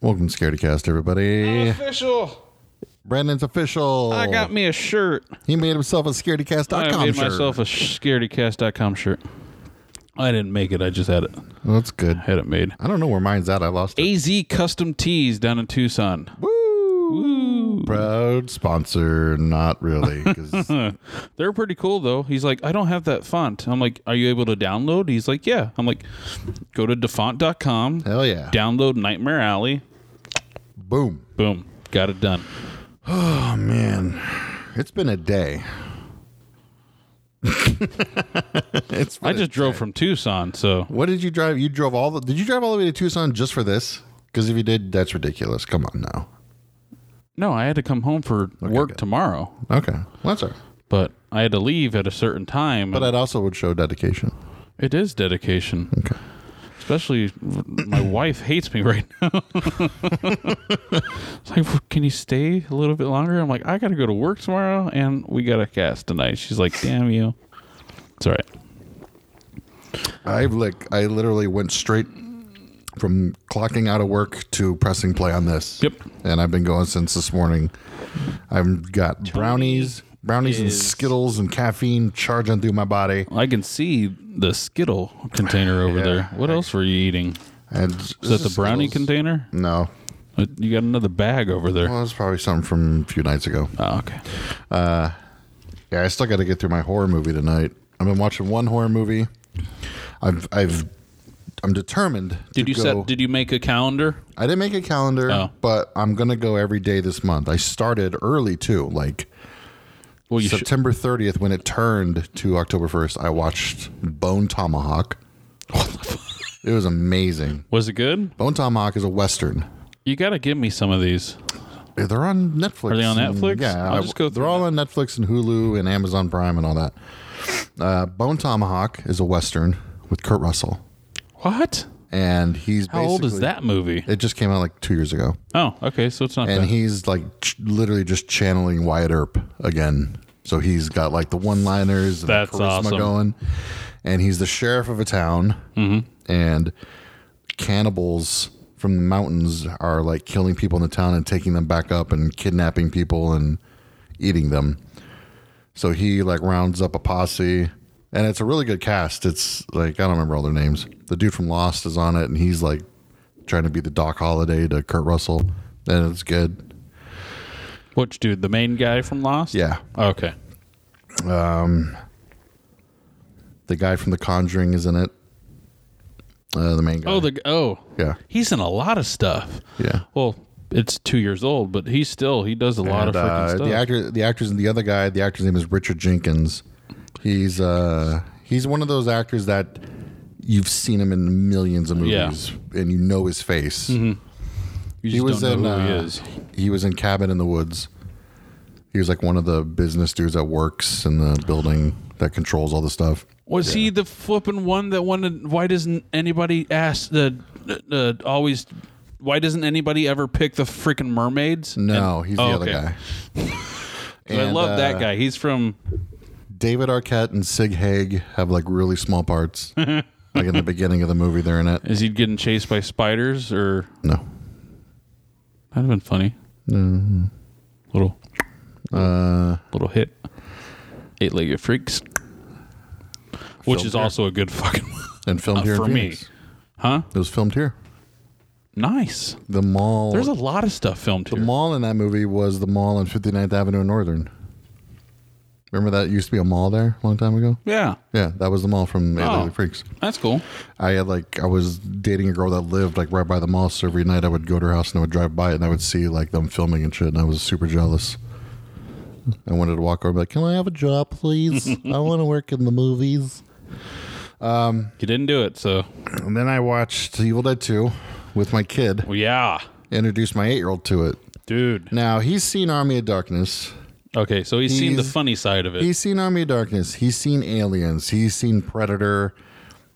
Welcome to Scaredycast, everybody. Official. Brandon's official. Oh. I got me a shirt. He made himself a I scaredycast.com made shirt. myself a sh- scaredycast.com shirt. I didn't make it. I just had it Well, that's good. had it made. I don't know where mine's at. I lost it. AZ Custom Tees down in Tucson. Woo! Proud sponsor, not really. 'cause They're pretty cool though. He's like, I don't have that font. I'm like, Are you able to download? He's like, Yeah. I'm like, Go to defont.com, hell yeah. download Nightmare Alley. Boom. Boom, got it done. Oh man, it's been a day. it's. been I a- just drove from Tucson, so What did you drive? You drove all the. Did you drive all the way to Tucson just for this? Because if you did, that's ridiculous. Come on now. no, I had to come home for work tomorrow, Okay, well, that's all right. but I had to leave at a certain time. But that also would show dedication. It is dedication. Okay. Especially my wife hates me right now. it's like, "Well, can you stay a little bit longer? I'm like, I got to go to work tomorrow and we got a cast tonight. She's like, damn you. It's all right. I've like I literally went straight from clocking out of work to pressing play on this. Yep. And I've been going since this morning. I've got brownies, brownies and is- Skittles and caffeine charging through my body. I can see the Skittle container over there. What else were you eating? And Is that the brownie container? No. Uh, You got another bag over there. Well, it's probably something from a few nights ago. Oh, okay. Yeah, I still got to get through my horror movie tonight. I've been watching one horror movie. I've I've I'm determined. Did to you go. set? Did you make a calendar? I didn't make a calendar, Oh. but I'm gonna go every day this month. I started early too, like Well, you should. September 30th when it turned to October 1st. I watched Bone Tomahawk. it was amazing. Was it good? Bone Tomahawk is a western. You got to give me some of these. Yeah, They're on Netflix. Are they on and- Netflix? Yeah, I'll I- just go They're through all on Netflix and Hulu and Amazon Prime and all that. Uh, Bone Tomahawk is a western with Kurt Russell, What? and he's How old is basically- that movie? It just came out like two years ago, Oh, okay, so it's not and that. he's like ch- literally just channeling Wyatt Earp again. So he's got like the one-liners, and the That's charisma awesome. going, and he's the sheriff of a town, Mm-hmm. and cannibals from the mountains are like killing people in the town and taking them back up and kidnapping people and eating them. So he like rounds up a posse and it's a really good cast. It's like I don't remember all their names. The dude from Lost is on it and he's like trying to be the Doc Holiday to Kurt Russell and it's good. Which dude? The main guy from Lost? Yeah. Okay. The guy from The Conjuring is in it. Uh, the main guy. Oh, the oh, yeah. he's in a lot of stuff. Yeah. Well, it's two years old, but he still he does a lot And, of freaking uh, stuff. The actor, the actors, and the other guy. The actor's name is Richard Jenkins. He's uh, he's one of those actors that you've seen him in millions of Yeah. Mm-hmm. movies, and you know his face. you just He was don't in. know who uh, he is. he was in Cabin in the Woods. He was like one of the business dudes that works in the building that controls all the stuff. Was he the flipping one that wanted? Why doesn't anybody ask the the uh, always? Why doesn't anybody ever pick the freaking mermaids? No, And- he's the oh, other okay. guy. I And, love uh, that guy. He's from David Arquette and Sig Haig have like really small parts. like in the beginning of the movie, they're in it. Is he getting chased by spiders or No, that'd have been funny. Mm-hmm. Little uh little hit. Eight legged freaks. Which Filmed is here. also a good fucking and filmed here in Uh, for me. Phoenix. Huh? It was filmed here. Nice. The mall. There's a lot of stuff filmed the here. mall in that movie was the mall on 59th Avenue and Northern. Remember that used to be a mall there a long time ago? yeah. Yeah, that was the mall from Eight Oh. Legged Freaks. That's cool. I had like I was dating a girl that lived like right by the mall, so every night I would go to her house and I would drive by it and I would see like them filming and shit, and I was super jealous. I wanted to walk over and be like, "Can I have a job, please? I want to work in the movies." You didn't do it, so And then I watched Evil Dead Two with my kid. well, yeah. Introduced my eight year old to it. Dude. Now he's seen Army of Darkness. Okay, so he's, seen the He's- funny side of it. He's seen Army of Darkness. He's seen Aliens. He's seen Predator.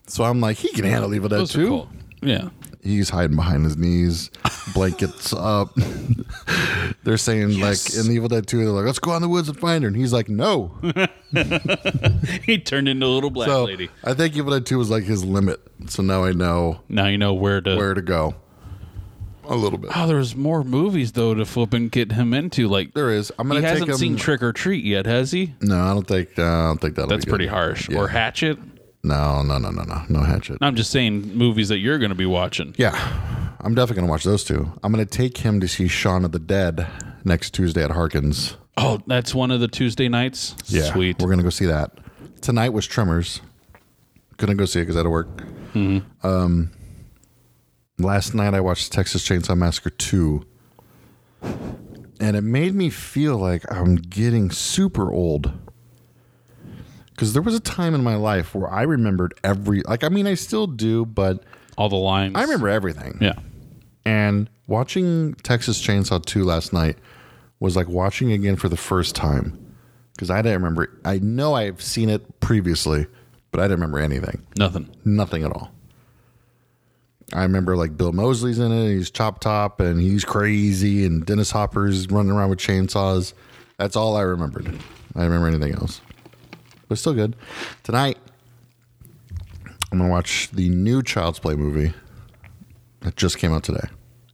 So I'm like, he can handle Evil Dead Those are too. cool. Yeah. He's hiding behind his knees, blankets up. they're saying like in the Evil Dead 2, they're like, let's go out in the woods and find her. And he's like, no. he turned into a little black So lady. I think Evil Dead 2 was like his limit. So now I know Now you know where to where to go. a little bit. Oh, there's more movies though to flip and get him into. Like There is. I'm he gonna take hasn't him. seen Trick or Treat yet, has he? no, I don't think. Uh, I don't think that'll. That's be pretty good. harsh. Yeah. Or Hatchet. No, no, no, no, no, no hatchet. I'm just saying movies that you're going to be watching. Yeah, I'm definitely gonna watch those two. I'm gonna take him to see Shaun of the Dead next Tuesday at Harkins. Oh, that's one of the Tuesday nights. Yeah, sweet. We're gonna go see that. Tonight was Tremors. Couldn't go see it because I had to work. Mm-hmm. Um, last night I watched Texas Chainsaw Massacre two, and it made me feel like I'm getting super old. Because there was a time in my life where I remembered every, like, I mean, I still do, but All the lines. I remember everything. Yeah. And watching Texas Chainsaw 2 last night was like watching again for the first time because I didn't remember. I know I've seen it previously, but I didn't remember anything. Nothing. Nothing at all. I remember like Bill Mosley's in it. He's chop top and he's crazy, and Dennis Hopper's running around with chainsaws. That's all I remembered. I don't remember anything else, but still good. Tonight, I'm gonna watch the new Child's Play movie that just came out today,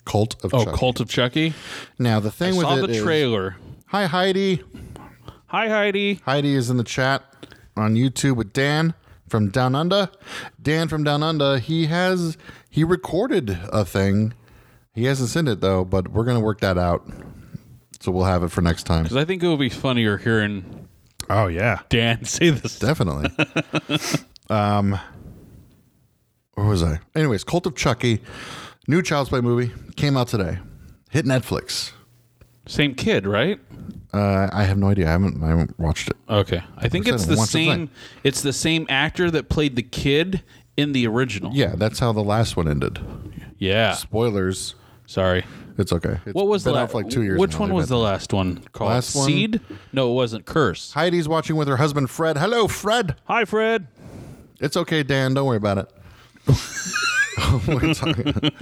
Cult of Oh, Chucky. Cult of Chucky. Now the thing with Saw it the is- trailer. hi Heidi. Hi, Heidi. Heidi is in the chat on YouTube with Dan from Down Under. Dan from Down Under, he has he recorded a thing. He hasn't sent it though, but we're gonna work that out. So we'll have it for next time. Because I think it would be funnier hearing Oh yeah. Dan say this. Definitely. um where was I? Anyways, Cult of Chucky, new Child's Play movie, came out today. Hit Netflix. Same kid, right? Uh, I have no idea. I haven't I haven't watched it. Okay. I think said it's it the once, it's same. like- It's the same actor that played the kid in the original. Yeah, that's how the last one ended. Yeah. Spoilers. Sorry. It's okay. It's What was been the out for like two years? Which now. one They've was been- the last one called? Last one? Seed? No, it wasn't. Curse. Heidi's watching with her husband Fred. Hello, Fred. Hi, Fred. It's okay, Dan. Don't worry about it. We're talking-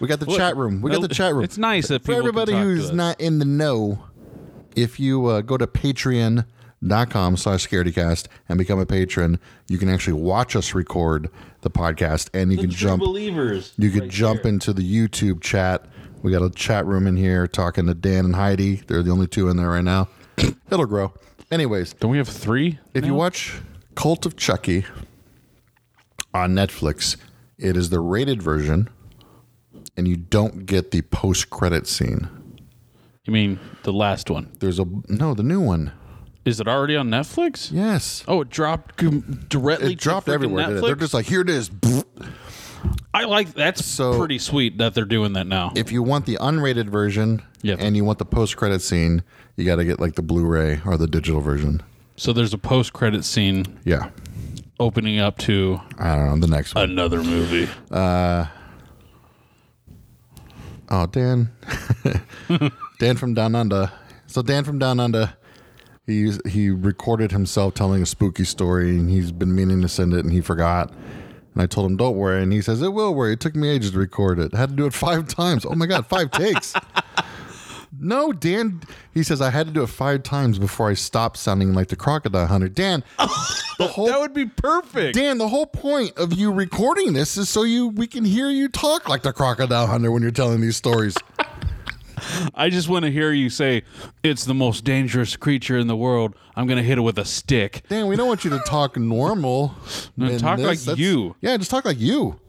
we got the chat room. We got the chat room. It's nice that for people everybody who's not in the know. If you uh, go to patreon.com slash scaredycast and become a patron, you can actually watch us record the podcast and you can jump believers. You could jump into the YouTube chat. We got a chat room in here talking to Dan and Heidi. They're the only two in there right now. It'll grow. Anyways, Don't we have three? if you watch Cult of Chucky on Netflix, it is the rated version and you don't get the post credit scene. You mean the last one? There's a no, the new one. Is it already on Netflix? Yes. Oh, it dropped com- directly. It dropped to freaking everywhere. didn't it? Netflix? They're just like, here it is. I like that's So- pretty sweet that they're doing that now. if you want the unrated version Yep. and you want the post credit scene, you got to get like the Blu-ray or the digital version. so there's a post-credit scene Yeah. opening up to I don't know Uh, the next one. another movie. oh, Dan, Dan from Down Under. So Dan from Down Under, he he recorded himself telling a spooky story, and he's been meaning to send it, and he forgot. And I told him, "Don't worry," and he says, "It will worry. It took me ages to record it. I had to do it five times. Oh my god, five takes." No, Dan. He says I had to do it five times before I stopped sounding like the crocodile hunter. Dan, the whole that would be perfect. Dan, the whole point of you recording this is so you we can hear you talk like the crocodile hunter when you're telling these stories. I just want to hear you say it's the most dangerous creature in the world. I'm gonna hit it with a stick. Dan, we don't want you to talk normal. No, in talk like you. Yeah, just talk like you.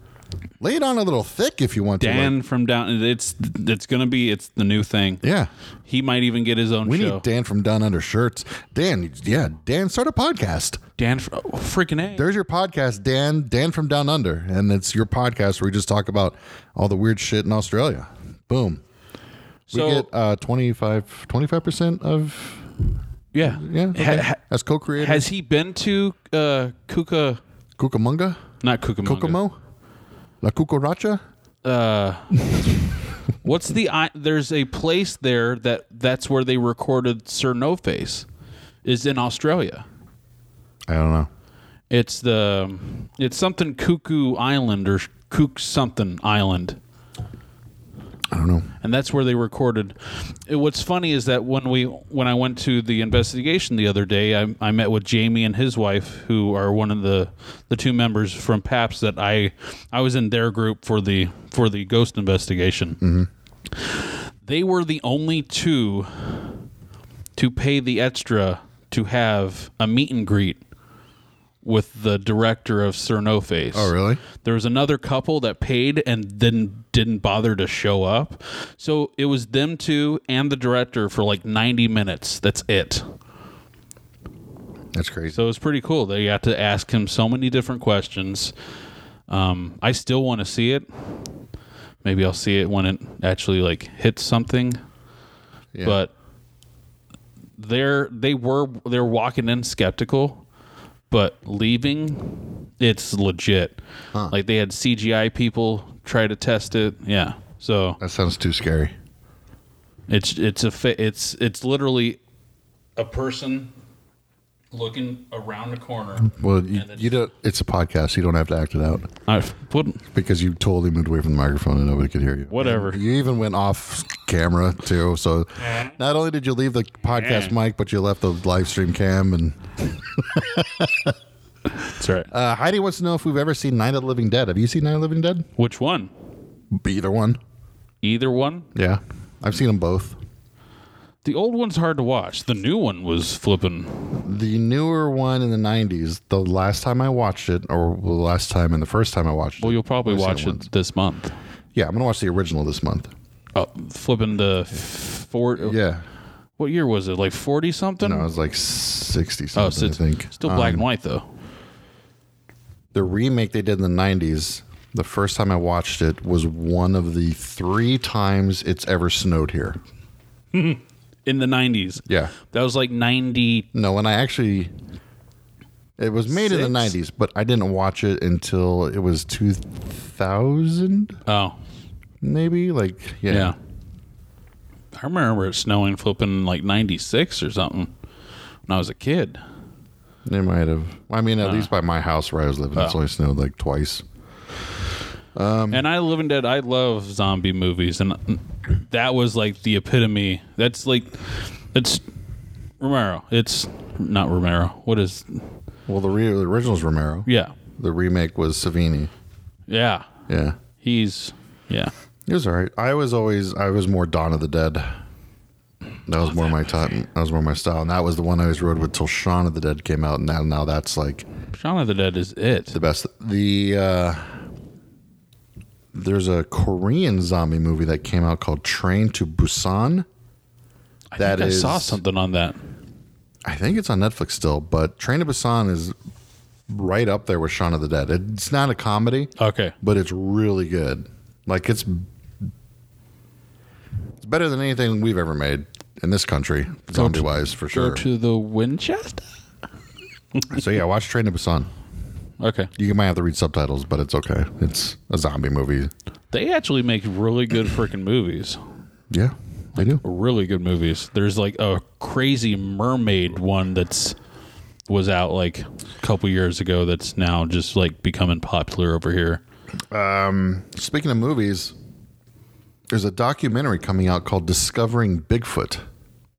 Lay it on a little thick if you want to. like- Dan from down. It's it's gonna be it's the new thing. yeah. He might even get his own We show. need Dan from Down Under Shirts. Dan, yeah, Dan, start a podcast. Dan, fr- oh, freaking a. There's your podcast, Dan, Dan from Down Under. And it's your podcast where we just talk about all the weird shit in Australia. Boom. We So- get uh, 25, 25% of yeah, Yeah. Ha- Okay. ha- As co creator. has he been to uh, Kuka? Cucamonga? Not Kukamonga. Kokomo? La Cucaracha? Uh, what's the? I, there's a place there that that's where they recorded Sir No Face, is in Australia. I don't know. It's the it's something Cuckoo Island or Kook something Island. I don't know. and that's where they recorded. It- what's funny is that when we when I went to the investigation the other day, I, I met with Jamie and his wife, who are one of the the two members from PAPS that I I was in their group for the for the ghost investigation. Mm-hmm. They were the only two to pay the extra to have a meet and greet with the director of Sir No Face. Oh, really? There was another couple that paid and then didn't bother to show up. So it was them two and the director for like 90 minutes. That's it. That's crazy. So it was pretty cool. They got to ask him so many different questions. Um, I still want to see it. Maybe I'll see it when it actually like hits something. Yeah. But they're they were they're walking in skeptical, but leaving, it's legit. Like they had CGI people try to test it. Yeah. So that sounds too scary. it's it's a fa- it's it's literally a person looking around the corner. Well, you, then- you don't. It's a podcast. You don't have to act it out I wouldn't because you totally moved away from the microphone and nobody could hear you. Whatever. You even went off camera too. So not only did you leave the podcast mic, but you left the live stream cam. And That's right. uh, Heidi wants to know if we've ever seen Night of the Living Dead. Have you seen Night of the Living Dead? Which one? Either one. Either one. Yeah, I've seen them both. The old one's hard to watch. The new one was flipping. The newer one in the '90s. The last time I watched it, or the last time and the first time I watched Well, it. you'll probably I've seen watch it once. this month. Yeah, I'm gonna watch the original this month. Oh, flipping the f- four. Yeah. What year was it? Like forty something. No, I was like 60 something, oh, so I it's think. um, still black and white though. The remake they did in the 90s, the first time I watched it was one of the three times it's ever snowed here. In the nineties. Yeah. That was like ninety. No, and I actually. It was made in the Six? 90s, but I didn't watch it until it was 2000, Oh, maybe? Like, yeah. yeah. I remember it snowing flipping like ninety six or something when I was a kid. They might have. I mean, at least by my house where I was living, it's Oh. only snowed like twice. Um, And I Living Dead, I love zombie movies, and that was like the epitome. That's like, it's Romero. It's not Romero. What is? Well, the, re- the original is Romero. Yeah, The remake was Savini. yeah. Yeah. He's yeah. It was all right. I was always I was more Dawn of the Dead. Oh, That was more my time. That was more my style, and that was the one I always rode with till Shaun of the Dead came out. And now, now that's like Shaun of the Dead is it. the best. The uh, there's a Korean zombie movie that came out called Train to Busan. I that think is- I saw something on that. I think it's on Netflix still, but Train to Busan is right up there with Shaun of the Dead. It's not a comedy, Okay, but it's really good. Like it's it's better than anything we've ever made in this country, zombie wise for go sure. to the Winchester. so yeah, watch Train to Busan. Okay, You might have to read subtitles, but it's okay. It's a zombie movie. they actually make really good freaking movies. Yeah, they do. Really good movies. There's like a crazy mermaid one that's was out like a couple years ago. That's now just like becoming popular over here. Speaking of movies, there's a documentary coming out called Discovering Bigfoot.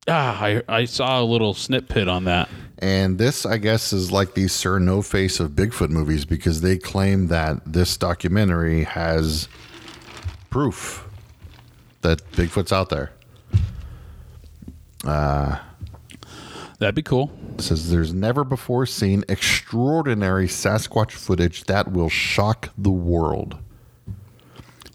Ah, I, I saw a little snippet on that. And this, I guess, is like the Sir No Face of Bigfoot movies because they claim that this documentary has proof that Bigfoot's out there. That'd be cool. It says there's never before seen extraordinary Sasquatch footage that will shock the world.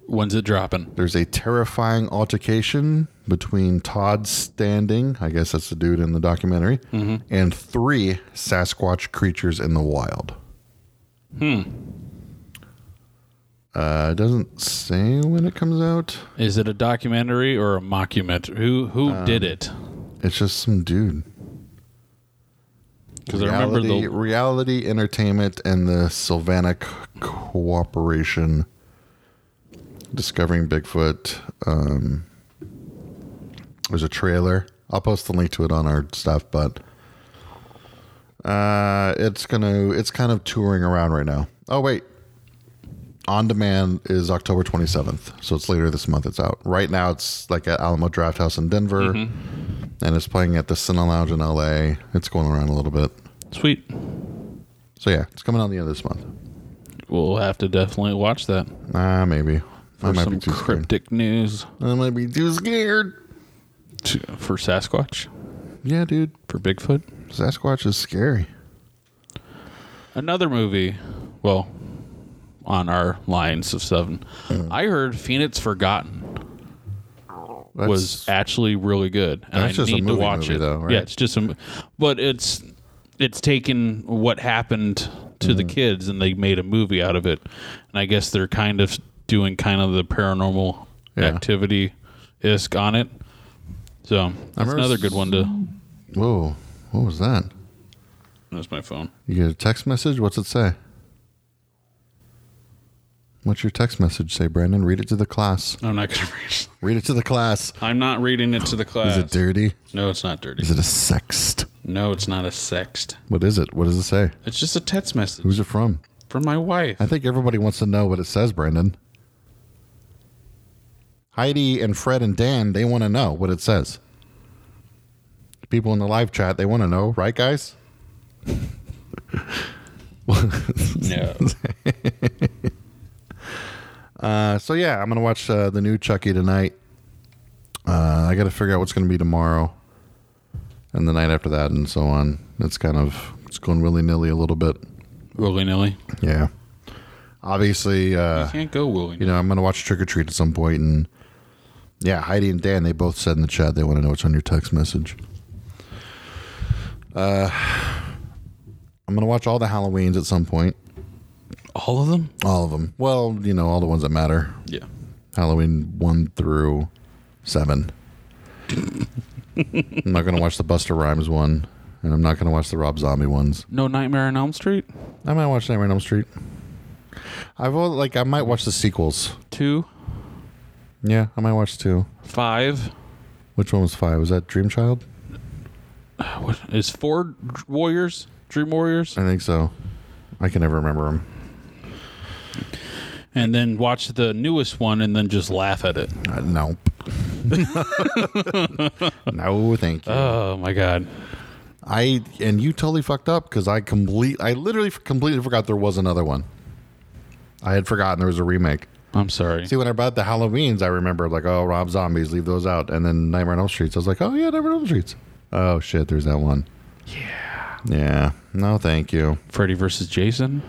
When's it dropping? There's a terrifying altercation between Todd Standing, I guess that's the dude in the documentary, and three Sasquatch creatures in the wild. Hmm. Uh, it doesn't say when it comes out. Is it a documentary or a mockumentary? Who who Uh, did it? It's just some dude. Because I remember Reality- the reality entertainment and the Sylvanic cooperation discovering Bigfoot. Um, there's a trailer. I'll post the link to it on our stuff, but uh, it's gonna it's kind of touring around right now. Oh wait, on demand is October 27th, so it's later this month. It's out right now. It's like at Alamo Draft House in Denver, Mm-hmm. and it's playing at the Cinema Lounge in LA. It's going around a little bit. sweet. So yeah, it's coming out the end of this month. We'll have to definitely watch that. Ah, maybe. I for might be some too scared. cryptic news I might be too scared. to, for Sasquatch, Yeah, dude. for Bigfoot. Sasquatch is scary. Another movie, well, on our lines of seven, Mm-hmm. I heard Phoenix Forgotten That's, was actually really good, and That's I just a need to movie watch movie it. though, right? Yeah, it's just some, but it's it's taken what happened to Mm-hmm. the kids, and they made a movie out of it, and I guess they're kind of doing kind of the paranormal Yeah. activity isk on it. So that's remember another s- good one to. Whoa, what was that? That's my phone. You get a text message. What's it say? What's your text message say, Brandon? Read it to the class. I'm not gonna read. Read it to the class. I'm not reading it to the class. Is it dirty? no, it's not dirty. Is it a sext? No, it's not a sext. What is it? What does it say? It's just a text message Who's it from? from my wife. I think everybody wants to know what it says, Brandon. Heidi and Fred and Dan, they want to know what it says. People in the live chat, they want to know, right, guys? No. Uh, so yeah, I'm gonna watch uh, the new Chucky tonight. Uh, I got to figure out what's gonna be tomorrow, and the night after that, and so on. It's kind of it's going willy nilly a little bit. willy nilly. Yeah. Obviously, uh, You can't go willy you know, I'm going to watch Trick or Treat at some point, and yeah, Heidi and Dan, they both said in the chat they want to know what's on your text message. Uh, I'm going to watch all the Halloweens at some point, All of them? all of them. Well, you know, all the ones that matter. Yeah. Halloween one through seven. I'm not going to watch the Buster Rhymes one, and I'm not going to watch the Rob Zombie ones. No Nightmare on Elm Street? I might watch Nightmare on Elm Street. I've al- like I might watch the sequels. Two? Yeah, I might watch two. Five? Which one was five? Was that Dream Child? What is four Dr- Warriors? Dream Warriors? I think so. I can never remember them. And then watch the newest one and then just laugh at it. Uh, nope. no, thank you. Oh my god. Uh, I and you totally fucked up because I complete. I literally f- completely forgot there was another one. I had forgotten there was a remake. I'm sorry. See, when I bought the Halloweens, I remembered like, oh, Rob Zombies, leave those out, and then Nightmare on Elm Streets. I was like, oh yeah, Nightmare on Elm Streets. Oh shit, there's that one. Yeah. Yeah. No, thank you. Freddy versus Jason?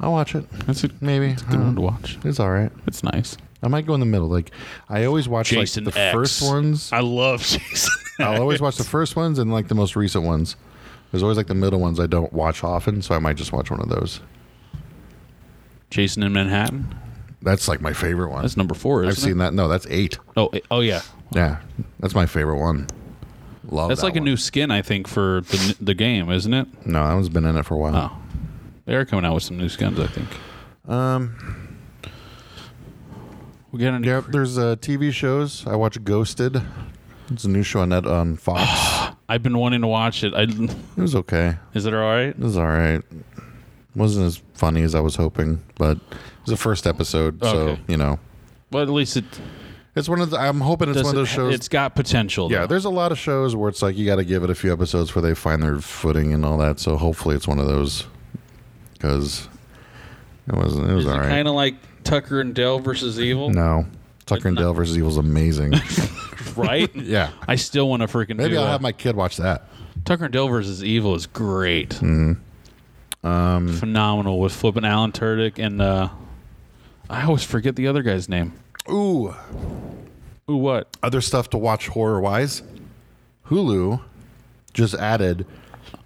I'll watch it. That's a Maybe. good Uh, one to watch. It's all right. It's nice. I might go in the middle. Like I always watch Jason like the X. first ones. I love Jason. I'll always watch the first ones and like the most recent ones. There's always like the middle ones I don't watch often, so I might just watch one of those. Jason in Manhattan? That's like my favorite one. That's number four, isn't I've seen that. No, that's eight. it? Oh, it- oh yeah. Yeah, that's my favorite one. Love. That's that like a one. new skin, I think, for the, the game, isn't it? No, that one's been in it for a while. Oh. They are coming out with some new skins, I think. Um, We got any yeah, there's uh, TV shows. I watch Ghosted. It's a new show on that on Fox. I've been wanting to watch it. I, it was okay. is it all right? It was all right. Wasn't as funny as I was hoping, but it was the first episode, Okay. so you know. Well, at least it It's one of the. I'm hoping it's does. one of those shows. It's got potential. yeah, though. there's a lot of shows where it's like you got to give it a few episodes before they find their footing and all that. So hopefully it's one of those because it wasn't. It was Is all it right. kind of like Tucker and Dale versus Evil? no, Tucker and Dale versus Evil's amazing. Right? yeah, I still want to freaking maybe do I'll that. have my kid watch that. Tucker and Dale versus Evil is great. Mm-hmm. Um, Phenomenal with flipping Alan Turdick and uh, I always forget the other guy's name. Ooh, Ooh, what? other stuff to watch horror wise. Hulu just added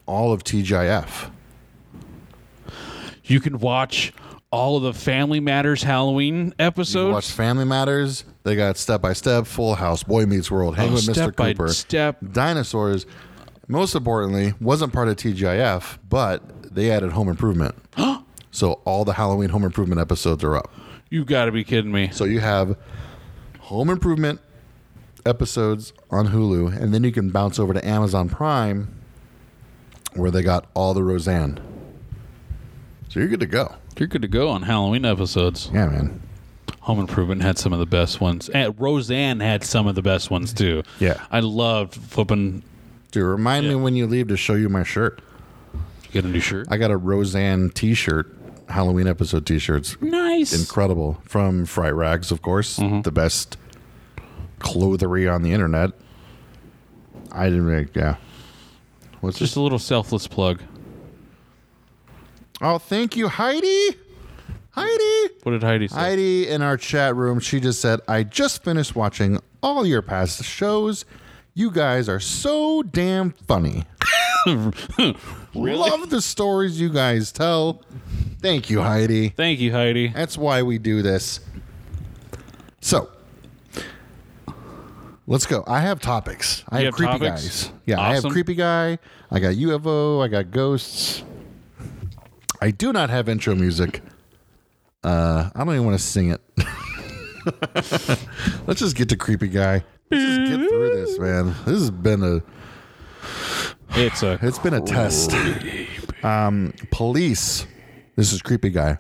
all of TGIF. You can watch all of the Family Matters Halloween episodes. Watch Family Matters. They got Step by Step, Full House, Boy Meets World, Hang Oh, with Mr. step by Cooper, step. Dinosaurs. Most importantly, wasn't part of TGIF, but they added Home Improvement. so all the Halloween Home Improvement episodes are up. You got to be kidding me. So you have Home Improvement episodes on Hulu, and then you can bounce over to Amazon Prime, where they got all the Roseanne. So you're good to go. You're good to go on Halloween episodes. Yeah, man. Home Improvement had some of the best ones. And Roseanne had some of the best ones too. Yeah. I loved flipping. Dude, remind me when you leave to show you my shirt. Get a new shirt. I got a Roseanne T-shirt Halloween episode T-shirts. Nice. Incredible from Fright Rags, of course, the best clothery on the internet. I didn't make yeah. What's Just this? a little selfless plug. Oh, thank you, Heidi. Heidi. What did Heidi say? Heidi in our chat room, she just said, I just finished watching all your past shows. You guys are so damn funny. Love the stories you guys tell. Thank you, Heidi. Thank you, Heidi. That's why we do this. So, let's go. I have topics. I You have, have creepy topics? guys. Yeah, I have Awesome. creepy guy. I got UFO. I got ghosts. I do not have intro music. Uh, I don't even want to sing it. let's just get to creepy guy. Let's just get through this, man. This has been a It's a it's been a test. Um, police. This is creepy guy.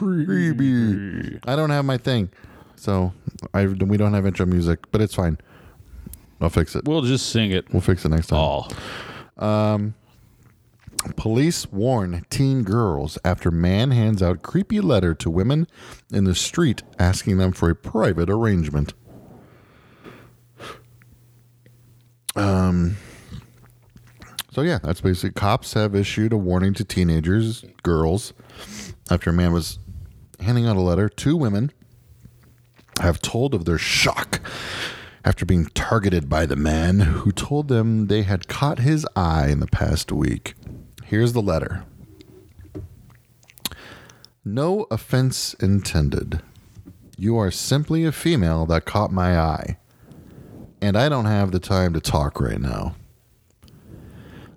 creepy. I don't have my thing, so I we don't have intro music, but it's fine. I'll fix it. we'll just sing it We'll fix it next time. all. Police warn teen girls after man hands out creepy letter to women in the street asking them for a private arrangement. Um, Um, so yeah, that's basically cops have issued a warning to teenagers, girls, after a man was handing out a letter to women have told of their shock after being targeted by the man who told them they had caught his eye in the past week. Here's the letter No offense intended. You are simply a female that caught my eye, and I don't have the time to talk right now.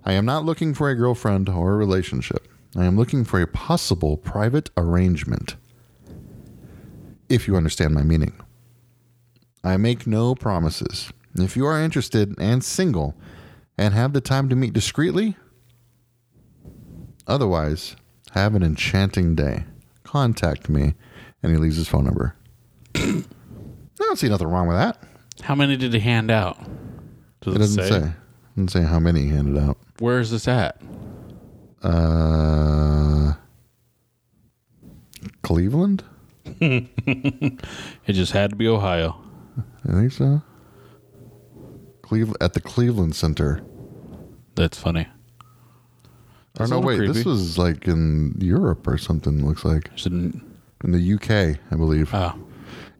I am not looking for a girlfriend or a relationship. I am looking for a possible private arrangement. If you understand my meaning. I make no promises. If you are interested and single and have the time to meet discreetly, otherwise, have an enchanting day. Contact me. And he leaves his phone number. I don't see nothing wrong with that. How many did he hand out? Does It doesn't say. doesn't say how many he handed out. Where is this at? Uh, Cleveland? It just had to be Ohio. I think so. Cleveland at the Cleveland Center. That's funny. Or That's a no, little wait, this creepy. was like in Europe or something. Looks like Just didn't- in the UK, I believe. oh,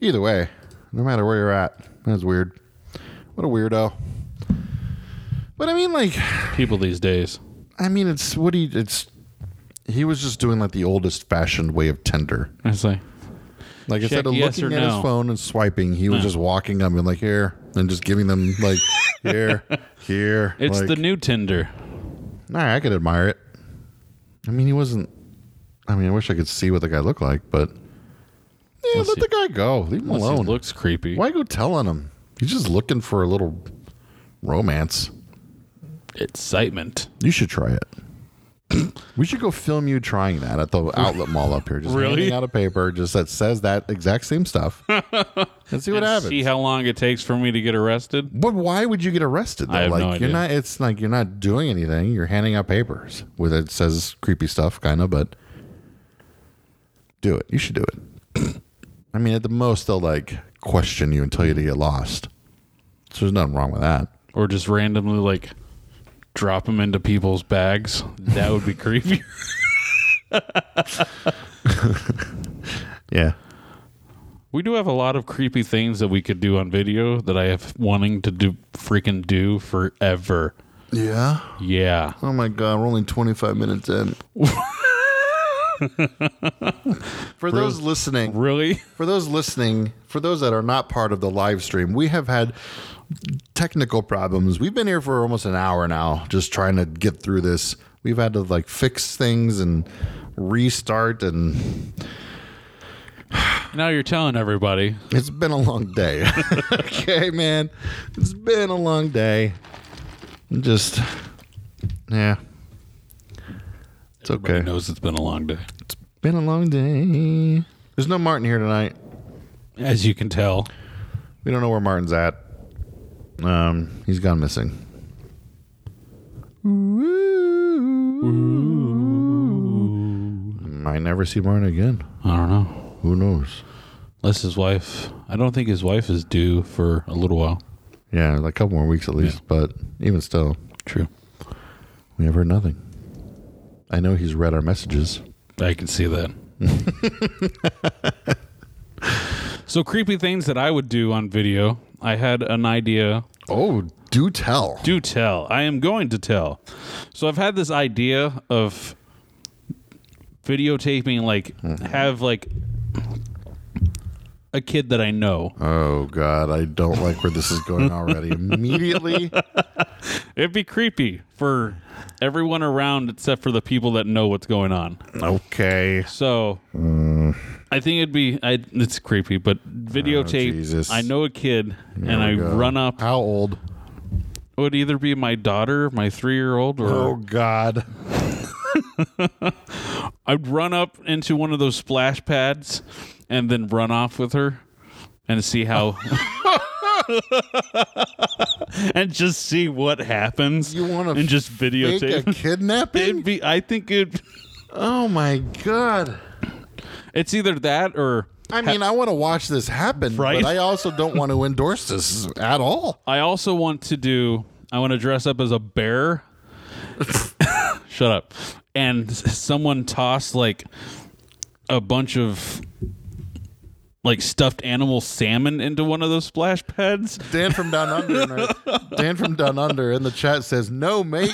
Either way, no matter where you're at, that's weird. What a weirdo. But I mean, like, people these days. I mean, it's what he. It's he was just doing like the oldest fashioned way of Tinder. It's like Like instead Check of yes looking or at his no. phone and swiping, he was just walking up and like here and just giving them like here, here. it's like, the new Tinder. All right, I could admire it. I mean, he wasn't. I mean, I wish I could see what the guy looked like, but yeah, Let's let see. the guy go. Leave him Unless he alone. looks creepy. Why go telling him? He's just looking for a little romance. Excitement. You should try it. we should go film you trying that at the outlet mall up here. Just Really? handing out a paper just that says that exact same stuff, and see what And happens. See how long it takes for me to get arrested. But why would you get arrested? Though? I have like no you're idea. not. It's like you're not doing anything. You're handing out papers with it says creepy stuff, kind of. But do it. You should do it. I mean, at the most, they'll like question you and tell you to get lost. So there's nothing wrong with that. Or just randomly like drop them into people's bags. That would be creepy. Yeah. We do have a lot of creepy things that we could do on video that I have wanting to do freaking do forever. Yeah. Yeah. Oh my god, we're only 25 minutes in. for those listening, Really? for those listening, for those that are not part of the live stream, we have had technical problems. We've been here for almost an hour now, just trying to get through this. We've had to like fix things and restart, and Now you're telling everybody. it's been a long day. okay, man, it's been a long day. Just, yeah, it's okay. Everybody knows it's been a long day. It's been a long day. There's no Martin here tonight. As you can tell. We don't know where Martin's at. Um, he's gone missing. Ooh. might never see Martin again. I don't know. Who knows? Unless his wife. I don't think his wife is due for a little while. Yeah, like a couple more weeks at least. But even still, True. we have heard nothing. I know he's read our messages. I can see that. so creepy things that I would do on video. I had an idea. Oh, do tell. Do tell. I am going to tell. So I've had this idea of videotaping like have like a kid that I know. Oh God, I don't like where this is going already. Immediately, It'd be creepy for everyone around except for the people that know what's going on. okay. So Mm. I think it'd be I, it's creepy, but videotape. Oh, Jesus. I know a kid, Here and we I go. run up. How old? It would either be my daughter, my three-year-old, or Oh God. I'd run up into one of those splash pads and then run off with her and see how. and just see what happens. You wanna and just Fake videotape. a It'd kidnapping? be. I think it. Oh my God. It's either that or I mean, I want to watch this happen, Right? but I also don't want to endorse this at all. I also want to do. I want to dress up as a bear. Shut up. And s- someone toss like a bunch of like stuffed animal salmon into one of those splash pads. Dan from down under, in our- Dan from down under, in the chat says, "No, mate."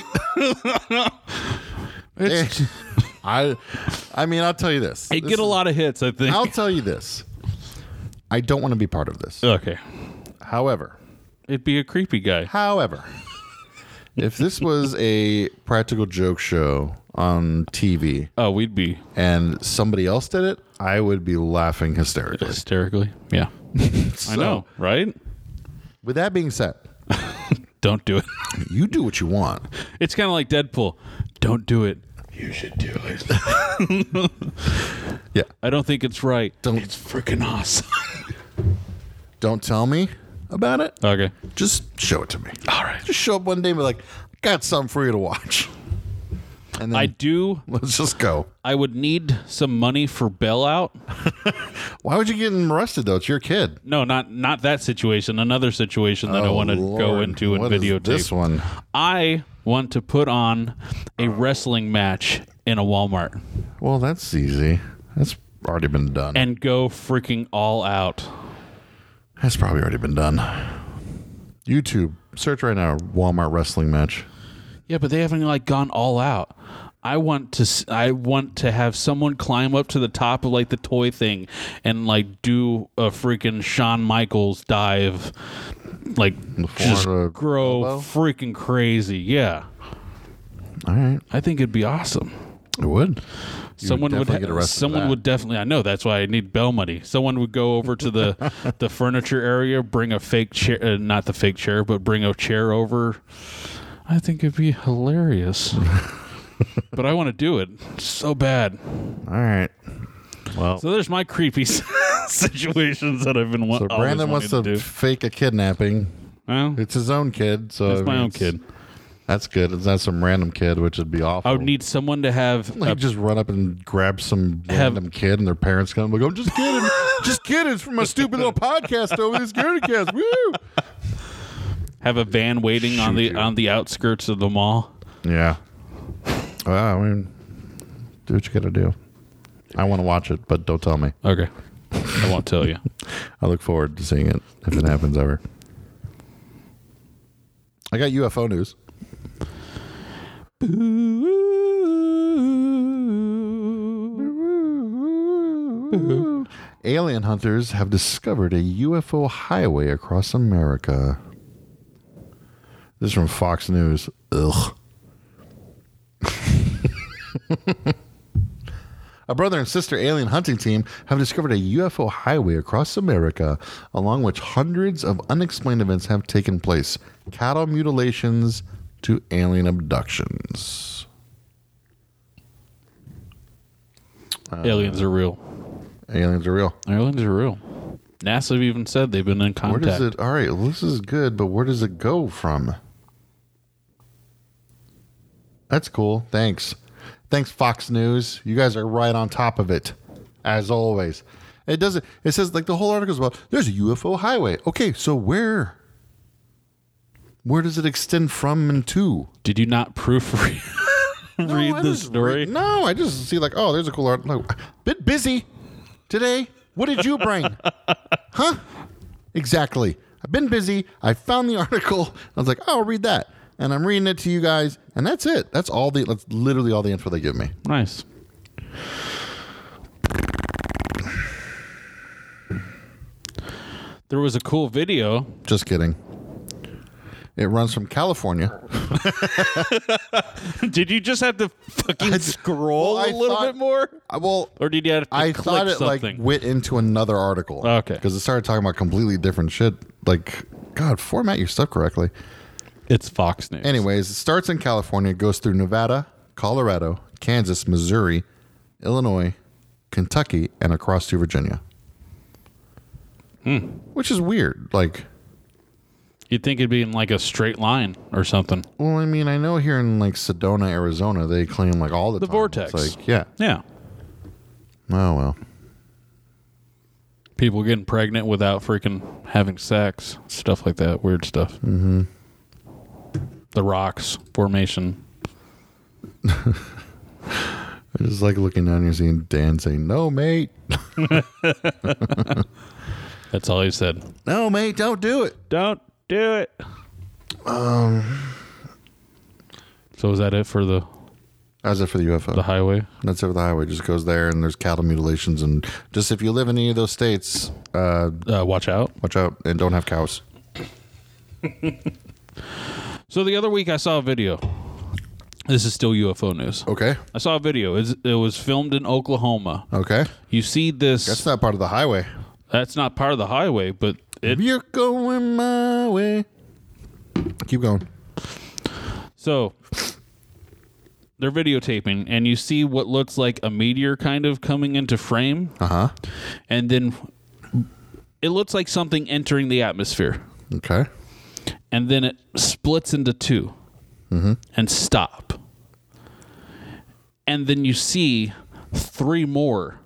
It's- Dan- I, I mean, I'll tell you this. It This get a is- lot of hits, I think. I'll tell you this. I don't want to be part of this. okay. However, It'd be a creepy guy. however, if this was a practical joke show on TV Oh, we'd be and somebody else did it, I would be laughing hysterically. hysterically. Yeah. I know, right? With that being said, Don't do it. you do what you want. It's kind of like Deadpool. Don't do it. You should do it. Yeah. I don't think it's right. Don't It's freaking awesome. don't tell me about it. Okay. Just show it to me. All right. Just show up one day and be like, got something for you to watch. And then I do let's just go. I would need some money for bailout. Why would you get him arrested though? It's your kid. No, not not that situation. Another situation that I want to go Oh, Lord, into and what is videotape. this one. I want to put on a wrestling match in a Walmart Well, that's easy. That's already been done. and go freaking all out. that's probably already been done. YouTube, search right now Walmart wrestling match. Yeah, but they haven't like gone all out. I want to s- I want to have someone climb up to the top of like the toy thing and like do a freaking Shawn Michaels dive like just Florida grow elbow? freaking crazy. Yeah. All right. I think it'd be awesome. It would. You someone would, definitely get ha- arrested for someone that. would definitely I know that's why I need bell money. Someone would go over to the the furniture area, bring a fake chair uh, not the fake chair, but bring a chair over. I think it'd be hilarious. but I want to do it so bad. All right. Well, so, So there's my creepy s- situations that I've been wa- always Brandon wants to wanting to do. fake a kidnapping. Well, It's his own kid, so it's I my mean, own it's- kid. That's good. It's not some random kid, which would be awful. I would need someone to have Like a just run up and grab some Have- random kid, and their parents come. Like, I'm just kidding, just kidding. It's for my stupid little podcast over this Gurdicast. Woo! have a van waiting on Shoot the you. on the outskirts of the mall. Yeah. Well, I mean, do what you gotta do. I want to watch it, but don't tell me. Okay. I won't tell you. I look forward to seeing it if it happens ever. I got UFO news. Alien hunters have discovered a UFO highway across America. This is from Fox News. Ugh. A brother and sister alien hunting team have discovered a UFO highway across America along which hundreds of unexplained events have taken place cattle mutilations to alien abductions. Uh, Aliens are real. Aliens are real. Aliens are real. NASA even said they've been in Where contact. does it? All right, well, this is good, but where does it go from? That's cool. Thanks. Thanks, Fox News. You guys are right on top of it, as always. It doesn't. It says like the whole article is about. There's a UFO highway. Okay, so where? Where does it extend from and to? Did you not proofread read No, I the just story? read- no, I just see like, oh, there's a cool art. Like, bit busy today. What did you bring? huh? Exactly. I've been busy. I found the article. I was like, oh, I'll read that, and I'm reading it to you guys, and that's it. That's all the. That's literally all the info they give me. Nice. There was a cool video. Just kidding. It runs from California. did you just have to fucking scroll well, I a little thought- bit more, I, well, or did you have to I click thought it something? like went into another article. Okay. Because it started talking about completely different shit. Like, God, format your stuff correctly. it's Fox News. Anyways, it starts in California, goes through Nevada, Colorado, Kansas, Missouri, Illinois, Kentucky, and across to Virginia. Hmm. Which is weird. Like, you'd think it'd be in like a straight line or something. well, I mean, I know here in like Sedona, Arizona, they claim like all the, The time. vortex. It's like, yeah. Yeah, Oh well. people getting pregnant without freaking having sex, stuff like that, weird stuff. Mm-hmm. The rocks formation. I just like looking down here, seeing Dan saying, "No, mate, That's all he said. no, mate, don't do it." Don't do it. Um. So is that it for the How's it for the UFO? the highway? That's it for the highway. Just goes there, and there's cattle mutilations, and just if you live in any of those states, uh, Uh, watch out. watch out and don't have cows. So the other week I saw a video. This is still UFO news. Okay, I saw a video. It's- It was filmed in Oklahoma. okay, You see this? that's not part of the highway. that's not part of the highway, but it You're going my way. Keep going. So they're videotaping, and you see what looks like a meteor kind of coming into frame, Uh huh. and then it looks like something entering the atmosphere, Okay. and then it splits into 2 and stop, and then you see three more,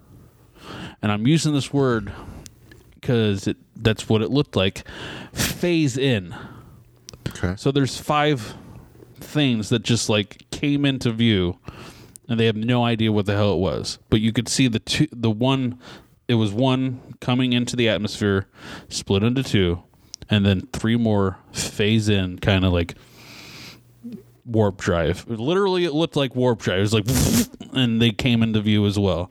and I'm using this word because it that's what it looked like, phase in. Okay. So there's five things that just like came into view, and they have no idea what the hell it was. But you could see the two, the one, it was one coming into the atmosphere, split into two, and then three more phase in, kind of like warp drive. Literally, it looked like warp drive. It was like, and they came into view as well.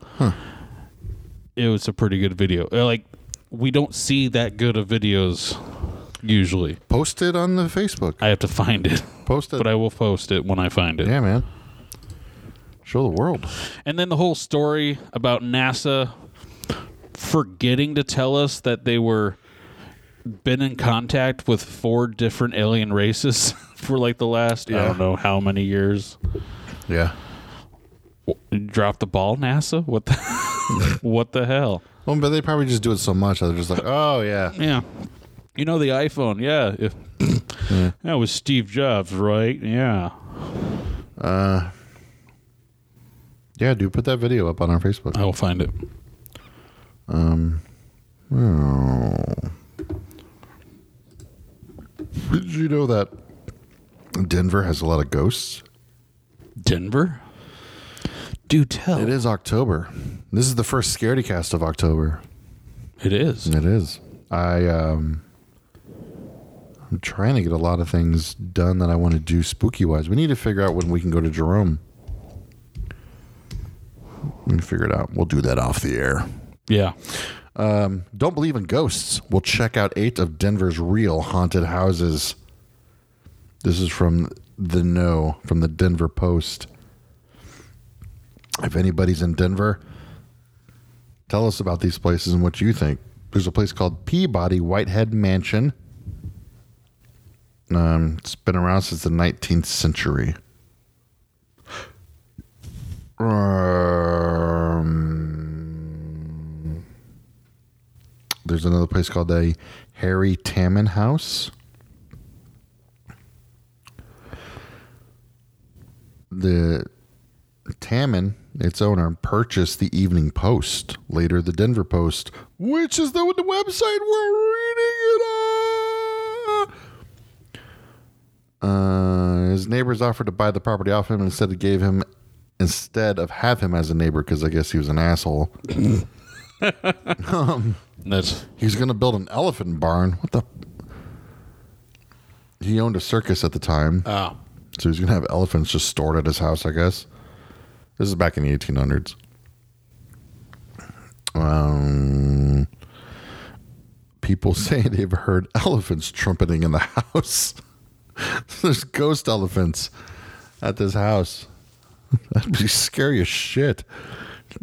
It was a pretty good video. Uh, Like, we don't see that good of videos usually. Post it on the Facebook. I have to find it, Post it. but I will post it when I find it. yeah, man. Show the world. And then the whole story about NASA forgetting to tell us that they were been in contact with four different alien races for like the last I Yeah. don't know how many years. Yeah. Drop the ball, NASA. What the what the hell? Well, Oh, but they probably just do it so much. that They're just like, oh yeah. Yeah. You know the iPhone, yeah. If, That was Steve Jobs, right? Yeah. Yeah, dude, put that video up on our Facebook. I will find it. Oh. Did you know that Denver has a lot of ghosts? Denver? Do tell. It is October. This is the first Scaredy Cast of October. It is. It is. I um I'm trying to get a lot of things done that I want to do spooky wise. We need to figure out when we can go to Jerome. We can figure it out. We'll do that off the air. Yeah. Don't believe in ghosts. We'll check out eight of Denver's real haunted houses. This is from the No from the Denver Post. If anybody's in Denver, tell us about these places and what you think. There's a place called Peabody Whitehead Mansion. Um, it's been around since the 19th century. Um, there's another place called the Harry Tamman House. The Tamman, its owner, purchased the Evening Post, later the Denver Post, which is the, the website we're reading it on. Uh, his neighbors offered to buy the property off him and instead it gave him instead of have him as a neighbor because I guess he was an asshole. That's He's going to build an elephant barn. What the? He owned a circus at the time. oh, So he's going to have elephants just stored at his house, I guess. This is back in the 1800s. Um, people say they've heard elephants trumpeting in the house. There's ghost elephants at this house. That'd be scary as shit.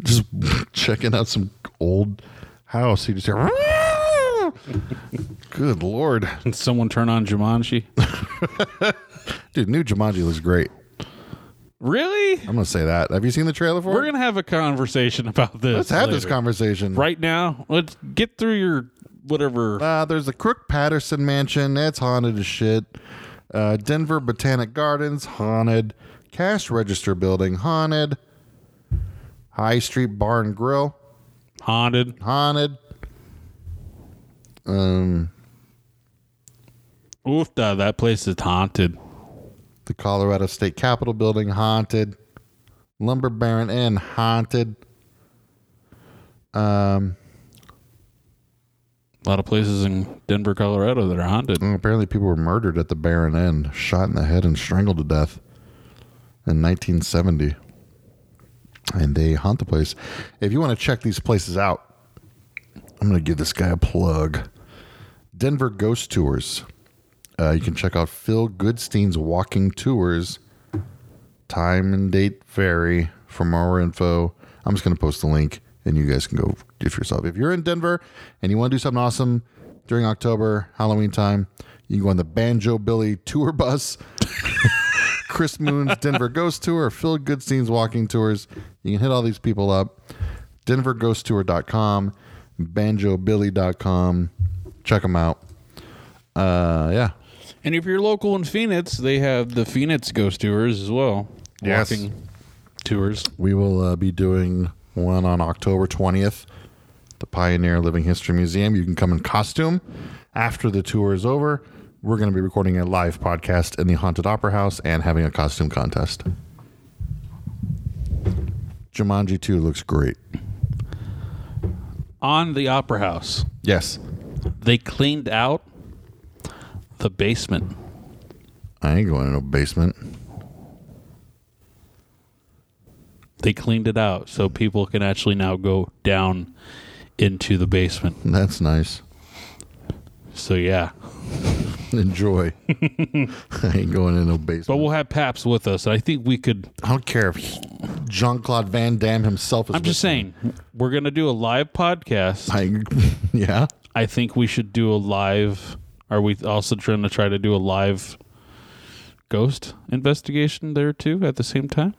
Just checking out some old house. You just hear. Good lord. can someone turn on Jumanji? Dude, new Jumanji looks great. really? I'm going to say that. Have you seen the trailer for it? We're gonna have a conversation about this. Let's have this later. conversation. right now. Let's get through your whatever. Uh, there's the Crook Patterson Mansion. That's haunted as shit. Uh, Denver Botanic Gardens, haunted. Cash Register Building, haunted. High Street Bar and Grill, haunted. haunted. Um, Oofta, that place is haunted. The Colorado State Capitol Building, haunted. Lumber Baron Inn, haunted. A lot of places in Denver, Colorado that are haunted. Mm, Apparently, people were murdered at the Baron Inn, shot in the head and strangled to death in 1970. And they haunt the place. If you want to check these places out, I'm going to give this guy a plug. Denver Ghost Tours. Uh, you can check out Phil Goodstein's Walking Tours. Time and date vary. For more info, I'm just going to post the link and you guys can go do it for yourself. If you're in Denver and you want to do something awesome during October, Halloween time, you can go on the Banjo Billy tour bus, Chris Moon's Denver Ghost Tour, or Phil Goodstein's Walking Tours. You can hit all these people up. DenverGhostTour.com, BanjoBilly.com. Check them out. Uh, yeah. And if you're local in Phoenix, they have the Phoenix ghost tours as well. Yes. Walking tours. We will uh, be doing one on October 20th, the Pioneer Living History Museum. You can come in costume after the tour is over. We're going to be recording a live podcast in the Haunted Opera House and having a costume contest. Jumanji 2 looks great. On the Opera House, Yes. they cleaned out the basement. I ain't going to no basement. They cleaned it out so people can actually now go down into the basement. That's nice. So yeah. Enjoy. I ain't going in no But basement. we'll have Paps with us. I think we could I don't care if Jean Claude Van Damme himself is. I'm with- just saying, we're gonna do a live podcast. I, yeah. I think we should do a live. Are we also trying to try to do a live ghost investigation there too at the same time?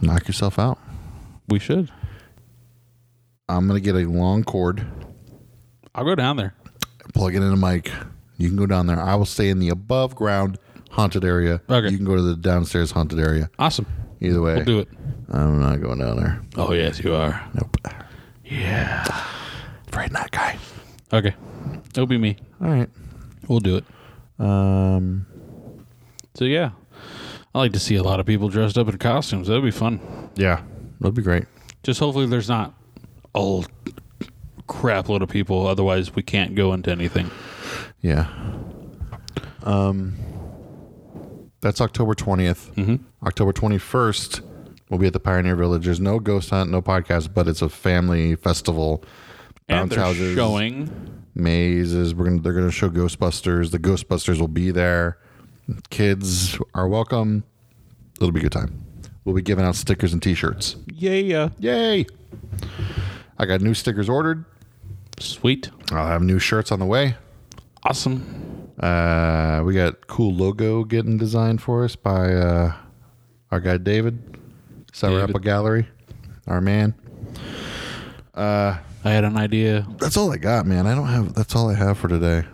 Knock yourself out. We should. I'm gonna get a long cord, I'll go down there. plug it in a mic. You can go down there. I will stay in the above ground haunted area. Okay. You can go to the downstairs haunted area. Awesome. Either way, We'll do it. I'm not going down there. Oh yes, you are. Nope. Yeah. Afraid not, guy. Okay. It'll be me. All right. We'll do it. Um. So yeah. I like to see a lot of people dressed up in costumes. That'd be fun. Yeah, that'd be great. Just hopefully there's not a crap load of people, otherwise we can't go into anything. Yeah. Um. That's October 20th. Mm-hmm. October 21st, we'll be at the Pioneer Village. There's no ghost hunt, no podcast, but it's a family festival. And Bounce they're houses. showing mazes. We're gonna they're gonna show Ghostbusters. The Ghostbusters will be there. Kids are welcome. It'll be a good time. We'll be giving out stickers and T-shirts. Yeah yeah. Yay! I got new stickers ordered. Sweet. I'll have new shirts on the way. Awesome. Uh, we got cool logo getting designed for us by uh, our guy David. Sour David. Apple Gallery, our man. I had an idea. That's all I got, man. I don't have. That's all I have for today.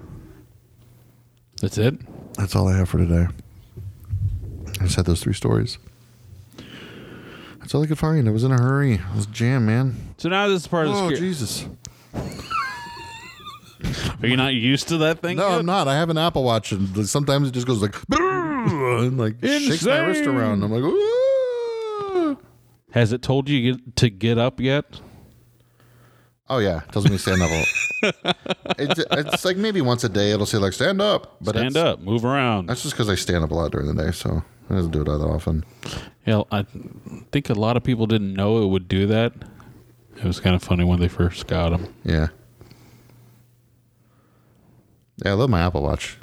That's it. That's all I have for today. I just had those three stories. That's all I could find. I was in a hurry. I was jammed, man. So now this is part of the Oh security. Jesus! Are you not used to that thing? No, yet? I'm not. I have an Apple Watch, and like, sometimes it just goes like and like shakes my wrist Insane. around. I'm like, Ooh. Has it told you get, to get up yet? oh yeah, it tells me to stand up. it, it's like maybe once a day it'll say like stand up, but Stand it's- up, move around. That's just because I stand up a lot during the day, so I doesn't do it that often. Hell, I th- think a lot of people didn't know it would do that. It was kind of funny when they first got them. Yeah. Yeah, I love my Apple Watch.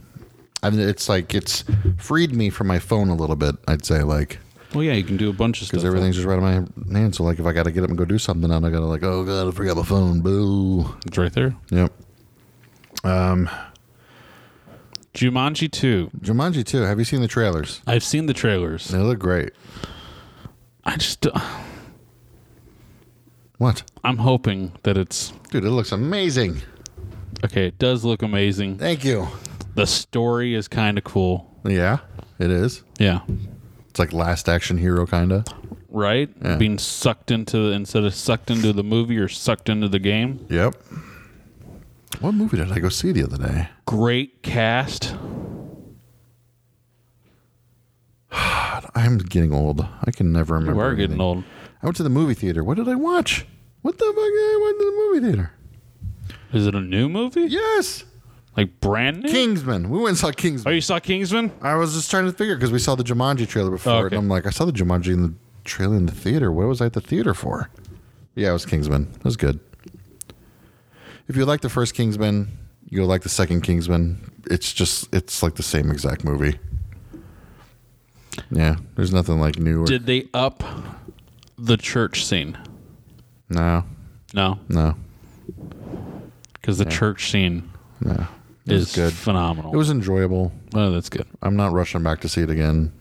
I mean, it's like it's freed me from my phone a little bit. I'd say like Well, yeah, you can do a bunch of stuff. because everything's just right in my hand. So like if I got to get up and go do something, I'm not gonna like oh god, I forgot my phone. Boo. It's right there. Yep. Jumanji 2. Jumanji too. Have you seen the trailers? I've seen the trailers. They look great. I just, uh, What, I'm hoping that it's dude? It looks amazing. okay. It does look amazing. Thank you. The story is kind of cool. Yeah, it is. Yeah. It's like Last Action Hero kinda. Right? Yeah. Being sucked into, instead of sucked into the movie or sucked into the game. Yep. What movie did I go see the other day? Great cast. I'm getting old. I can never remember. You are anything. getting old. I went to the movie theater. What did I watch? What the fuck did I went to the movie theater? Is it a new movie? Yes, Like brand new? Kingsman. We went and saw Oh, Kingsman. you saw Kingsman? I was just trying to figure because we saw the Jumanji trailer before, Okay. and I'm like, I saw the Jumanji in the trailer in the theater. What was I at the theater for? Yeah, it was Kingsman. It was good. If you like the first Kingsman, you'll like the second Kingsman. It's just it's like the same exact movie. Yeah, there's nothing like new or Did they up the church scene? no, No, no, because the church scene no. It is was good. phenomenal. It was enjoyable. oh, that's good. I'm not rushing back to see it again.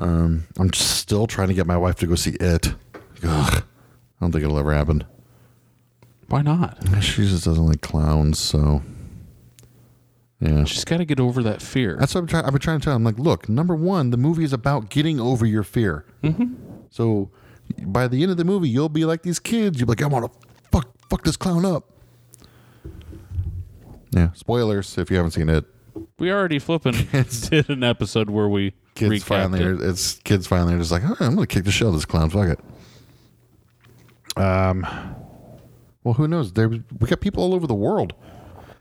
Um, I'm just still trying to get my wife to go see it. Ugh. I don't think it'll ever happen. why not? She just doesn't like clowns, so yeah. She's got to get over that fear. That's what I'm trying. I've been trying to tell. her. I'm like, look, number one, the movie is about getting over your fear. Mm-hmm. So by the end of the movie, you'll be like these kids. You'll be like, I want to fuck fuck this clown up. Yeah. Spoilers if you haven't seen it. we already flipping did an episode where we kids recapped finally it. are, it's kids finally are just like "All right, I'm gonna kick the shell out of this clown. Fuck it. Um. Well, who knows? There we got people all over the world.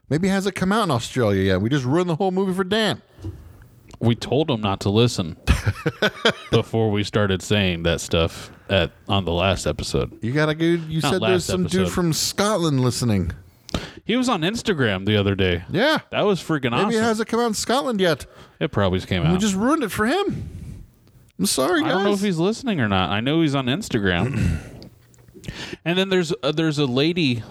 Maybe it hasn't come out in Australia yet. We just ruined the whole movie for Dan. We told them not to listen before we started saying that stuff at on the last episode. You got a dude. You Not said there's last some dude episode. from Scotland listening. He was on Instagram the other day. Yeah. That was freaking Maybe awesome. it It, hasn't come out in Scotland yet. probably just came We out. just ruined it for him. I'm sorry, I guys. don't know if he's listening or not. I know he's on Instagram. and then there's uh, there's a lady a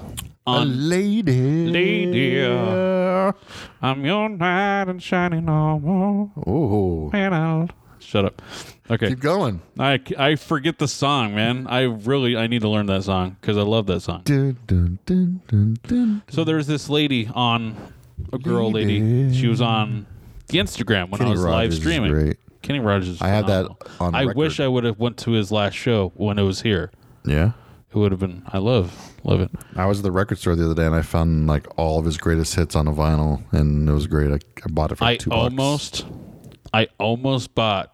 on lady. Lady, uh, I'm your knight and shining armor. Oh, And I'll- Shut up. Okay, keep going. I, I forget the song, man. I really I need to learn that song because I love that song. Dun, dun, dun, dun, dun. So there's this lady on a girl lady. She was on the Instagram when Kenny I was Rogers live is streaming. great. Kenny Rogers. Is I had that phenomenal. on I record. wish I would have went to his last show when it was here. Yeah. It would have been. I love love it. I was at the record store the other day and I found like all of his greatest hits on a vinyl, and it was great. I, I bought it for I two bucks. almost, I almost bought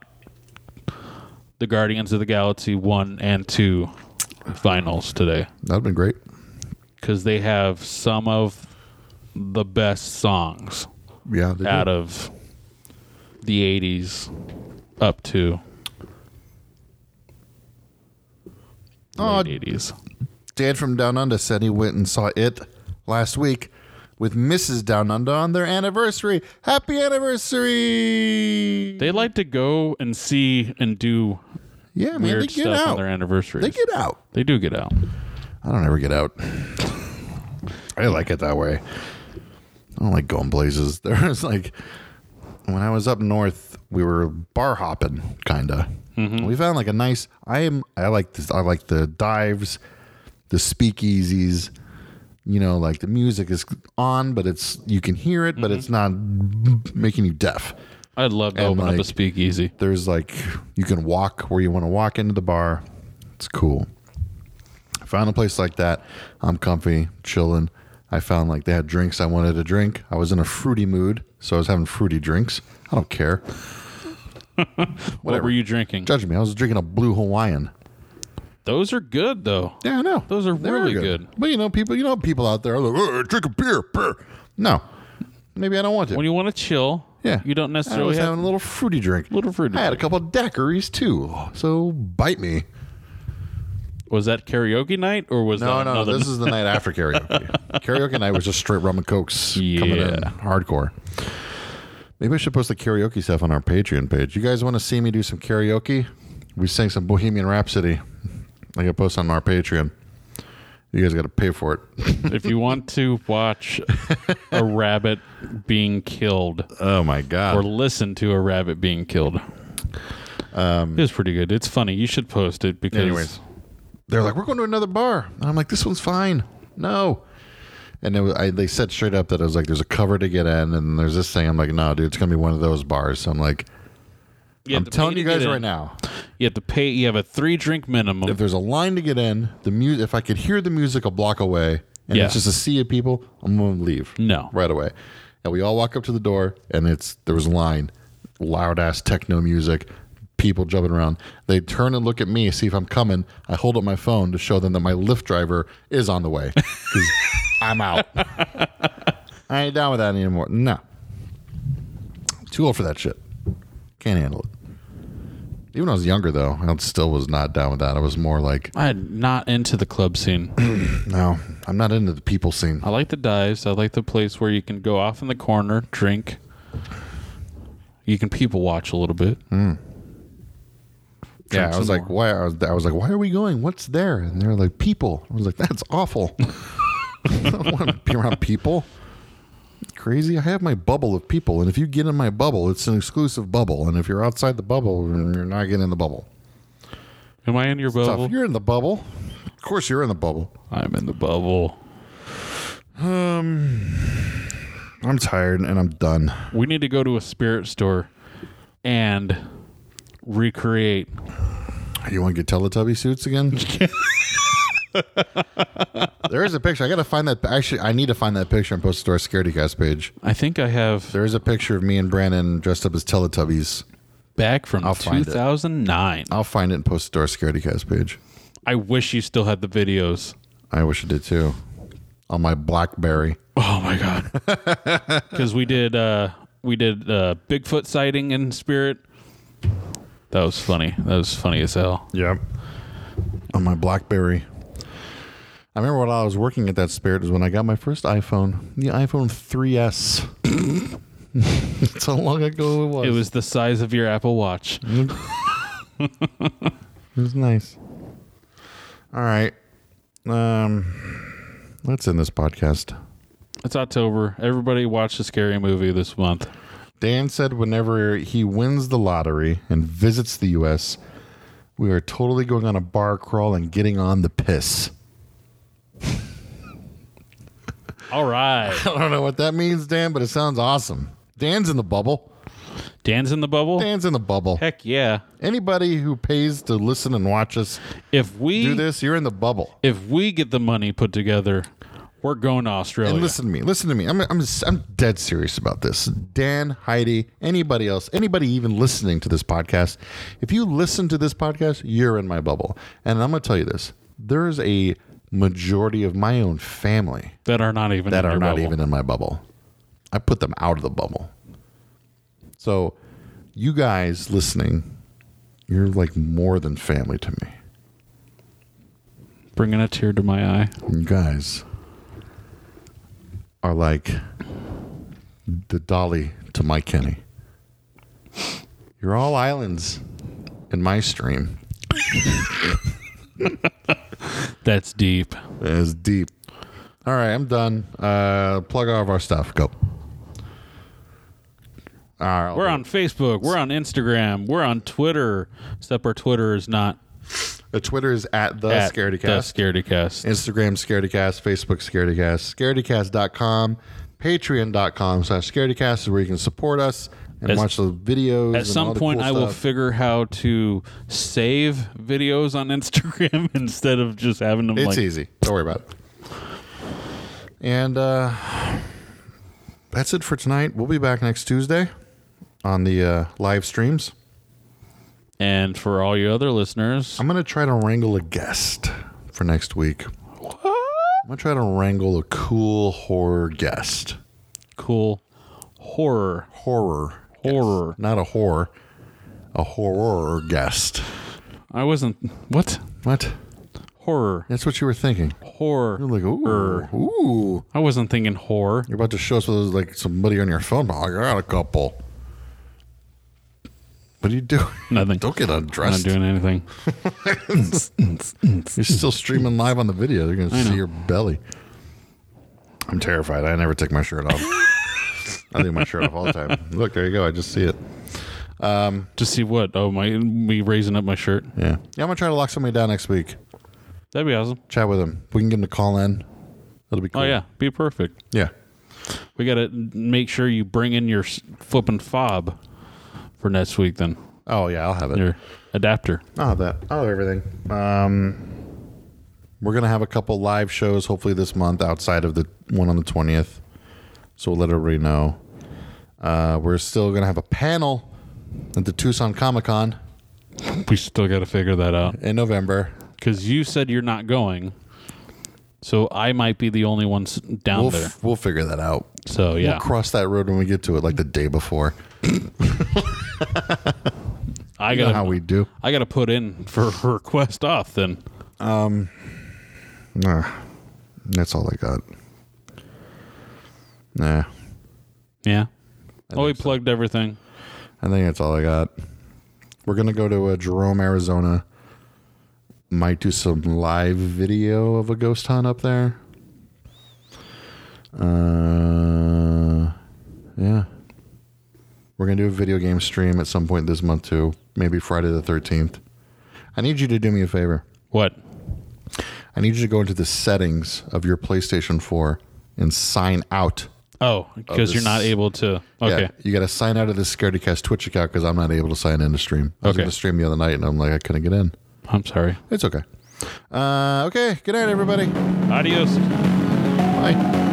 the Guardians of the Galaxy one and two vinyls today that'd been great. because they have some of the best songs Yeah, they out did. of the eighties up to Aw. eighties. Dan from Down Under said he went and saw it last week with Mrs. Down Under on their anniversary. Happy anniversary! They like to go and see and do yeah, man, weird they get stuff on their out. anniversaries. They get out. They do get out. I don't ever get out. I like it that way. I don't like going places. There was like when I was up north, we were bar hopping, kinda. We found like a nice. I am. I like this. I like the dives, the speakeasies. You know, like the Mm-hmm. music is on, but it's you can hear it, but it's not making you deaf. I'd love to And, open up a like, speakeasy. There's like you can walk where you want to walk into the bar. It's cool. I found a place like that. I'm comfy, chilling. I found like they had drinks I wanted to drink. I was in a fruity mood, so I was having fruity drinks. I don't care. What were you drinking? Judge me. I was drinking a blue Hawaiian. Those are good though. Yeah, I know. Those are They were really good. But you know, people, you know, people out there are like, "Oh, drink a beer, beer. No, maybe I don't want to. When you want to chill, yeah, you don't I was necessarily have having a little fruity drink. Little fruity I had a drink. couple of daiquiris too. So bite me. Was that karaoke night or was No, that no, another this is the night after karaoke. karaoke night was just straight rum and cokes coming in Yeah. hardcore. Maybe I should post the karaoke stuff on our Patreon page. You guys want to see me do some karaoke? We sang some Bohemian Rhapsody. I got post on our Patreon. You guys got to pay for it. if you want to watch a rabbit being killed Oh my god! or listen to a rabbit being killed. Um, it's pretty good. It's funny. You should post it because Anyways, they're like, we're going to another bar. And I'm like, this one's fine. No. And it was, I, they said straight up that I was like, there's a cover to get in, and there's this thing. I'm like, no, dude, it's gonna be one of those bars. So I'm like, You have I'm to pay telling to you get guys in. right now, You have to pay. You have a three drink minimum. if there's a line to get in, the music, if I could hear the music a block away, and Yeah. it's just a sea of people, I'm gonna leave. No. right away. And we all walk up to the door, and it's there was a line, loud ass techno music, people jumping around. They turn and look at me, see if I'm coming. I hold up my phone to show them that my Lyft driver is on the way 'cause I'm out. I ain't down with that anymore. No, too old for that shit. Can't handle it. Even when I was younger, though, I still was not down with that. I was more like, I'm not into the club scene. no, I'm not into the people scene. I like the dives. I like the place where you can go off in the corner, drink. You can people watch a little bit. Yeah, Drink Hmm. I was some like, more. why? I was, I was like, why are we going? What's there? And they're like, people. I was like, that's awful. I don't want to be around people. Crazy. I have my bubble of people, and if you get in my bubble, it's an exclusive bubble. And if you're outside the bubble, you're not getting in the bubble. Am I in your Tough. bubble? You're in the bubble. Of course, you're in the bubble. I'm in the bubble. I'm tired and I'm done. We need to go to a spirit store and recreate. You want to get Teletubby suits again? there is a picture. I gotta find that. Actually, I need to find that picture and post it to our Scaredy Cast page. I think I have There is a picture of me and Brandon dressed up as Teletubbies. back from I'll find it. 2009. I'll find it and post it to our Scaredy Cast page. I wish you still had the videos. I wish I did too. On my BlackBerry. Oh my god! Because we did uh, we did uh, Bigfoot sighting in spirit. That was funny. That was funny as hell. Yep. On my BlackBerry. I remember while I was working at that Spirit was when I got my first iPhone, the iPhone 3S. That's how long ago it was. It was the size of your Apple Watch. It was nice. All right. Um, let's end this podcast. It's October. Everybody watched a scary movie this month. Dan said whenever he wins the lottery and visits the U.S., we are totally going on a bar crawl and getting on the piss. All right. I don't know what that means, Dan, but it sounds awesome. Dan's in the bubble. Dan's in the bubble. Dan's in the bubble. Heck yeah! Anybody who pays to listen and watch us If we do this, you're in the bubble. if we get the money put together, we're going to Australia. And listen to me. Listen to me. I'm, I'm, I'm dead serious about this. Dan, Heidi, anybody else, anybody even listening to this podcast, if you listen to this podcast, you're in my bubble. And I'm going to tell you this there is a majority of my own family that are not even that in are your not bubble. even in my bubble. I put them out of the bubble. So, you guys listening, you're like more than family to me. bringing a tear to my eye. You guys are like the dolly to my Kenny. You're all islands in my stream. That's deep. It's deep. All right, I'm done. Uh, plug all of our stuff. Go. All right, We're on Facebook. We're on Instagram. We're on Twitter. Except our Twitter is not The Twitter is at the at Scaredy the Cast. ScaredyCast. Instagram scaredycast, Facebook scaredycast, scaredycast.com, patreon.com slash scaredycast is where you can support us. and As- watch the videos. At some point, I will figure how to save videos on Instagram instead of just having them it's like easy. Don't worry about it. And uh, that's it for tonight. We'll be back next Tuesday on the uh, live streams. And for all you other listeners, I'm gonna try to wrangle a guest for next week. I'm gonna try to wrangle a cool horror guest. cool horror, Horror, horror. not a whore, a horror guest. I wasn't what What? horror, That's what you were thinking. horror. You're like, ooh, ooh. I wasn't thinking horror. You're about to show us with like somebody on your phone. but I got a couple. What are you doing? Nothing. Don't get I'm not undressed. doing anything. You're still streaming live on the video. They're gonna see your belly. I'm terrified. I never take my shirt off. I leave my shirt off all the time. Look, there you go. I just see it. To see what? Oh my, me raising up my shirt. Yeah. Yeah, I'm gonna try to lock somebody down next week. That'd be awesome. Chat with him. We can get him to call in. That'll be cool. Oh yeah, be perfect. Yeah. We gotta make sure you bring in your s- flippin' fob for next week. Then Oh yeah, I'll have it. your adapter. I'll have that. I'll have everything. Um, we're gonna have a couple live shows hopefully this month outside of the one on the twentieth. So we'll let everybody know. Uh, we're still gonna have a panel at the Tucson Comic Con We still gotta figure that out in November. because you said you're not going. So I might be the only one s- down We'll, there. f- we'll figure that out. so yeah, We'll cross that road when we get to it, like the day before. I You know gotta how we do. I gotta put in for request off then. Nah, that's all I got. Nah, Yeah. Oh, we plugged everything. I think that's all I got. We're gonna go to uh, Jerome, Arizona. Might do some live video of a ghost hunt up there. Uh, yeah. We're gonna do a video game stream at some point this month too. Maybe Friday the thirteenth. I need you to do me a favor. What? I need you to go into the settings of your PlayStation 4 and sign out. Oh, because you're not this- able to. Okay. Yeah, you got to sign out of this Scaredycast Twitch account because I'm not able to sign in to stream. I was Okay. going to stream the other night and I'm like, I couldn't get in. I'm sorry. It's okay. Uh, okay. Good night, everybody. Adios. Bye.